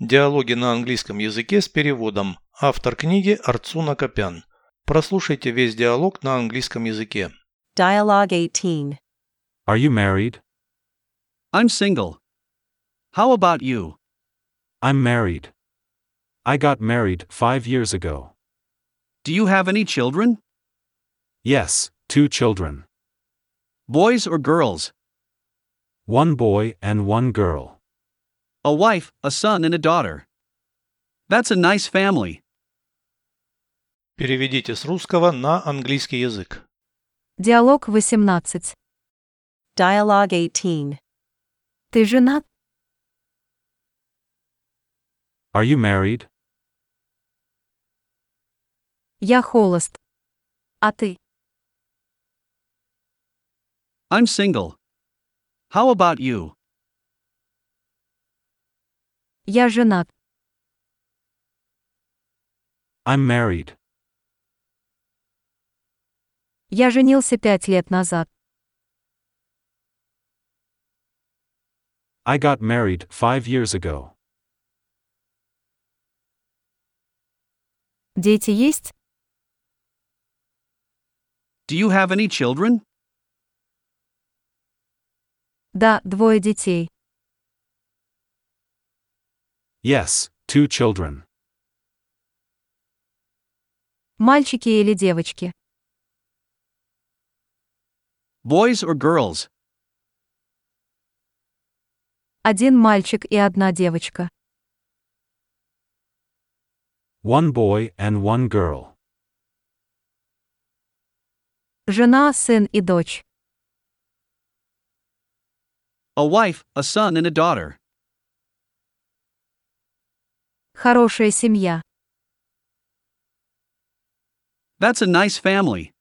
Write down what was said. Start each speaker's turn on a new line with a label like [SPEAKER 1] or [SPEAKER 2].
[SPEAKER 1] Диалоги на английском языке с переводом. Автор книги Арцуна Копян. Прослушайте весь диалог на английском языке.
[SPEAKER 2] Dialogue 18.
[SPEAKER 3] Are you married?
[SPEAKER 4] I'm single. How about you?
[SPEAKER 3] I'm married. I got married five years ago.
[SPEAKER 4] Do you have any children?
[SPEAKER 3] Yes, two children.
[SPEAKER 4] Boys or girls?
[SPEAKER 3] One boy and one girl.
[SPEAKER 4] A wife, a son, and a daughter. That's a nice family.
[SPEAKER 1] Переведите с русского на английский язык.
[SPEAKER 5] Диалог 18.
[SPEAKER 2] Dialogue 18.
[SPEAKER 5] Ты женат?
[SPEAKER 3] Are you married?
[SPEAKER 5] Я холост. А ты?
[SPEAKER 4] I'm single. How about you?
[SPEAKER 5] Я женат.
[SPEAKER 3] I'm married.
[SPEAKER 5] Я женился пять лет назад.
[SPEAKER 3] I got married five years ago.
[SPEAKER 5] Дети есть?
[SPEAKER 4] Do you have any children?
[SPEAKER 5] Да, двое детей.
[SPEAKER 3] Yes, two children.
[SPEAKER 5] Мальчики или девочки?
[SPEAKER 4] Boys or girls?
[SPEAKER 5] Один мальчик и одна девочка.
[SPEAKER 3] One boy and one girl.
[SPEAKER 5] Жена, сын и дочь.
[SPEAKER 4] A wife, a son, and a daughter.
[SPEAKER 5] Хорошая семья.
[SPEAKER 4] That's a nice family.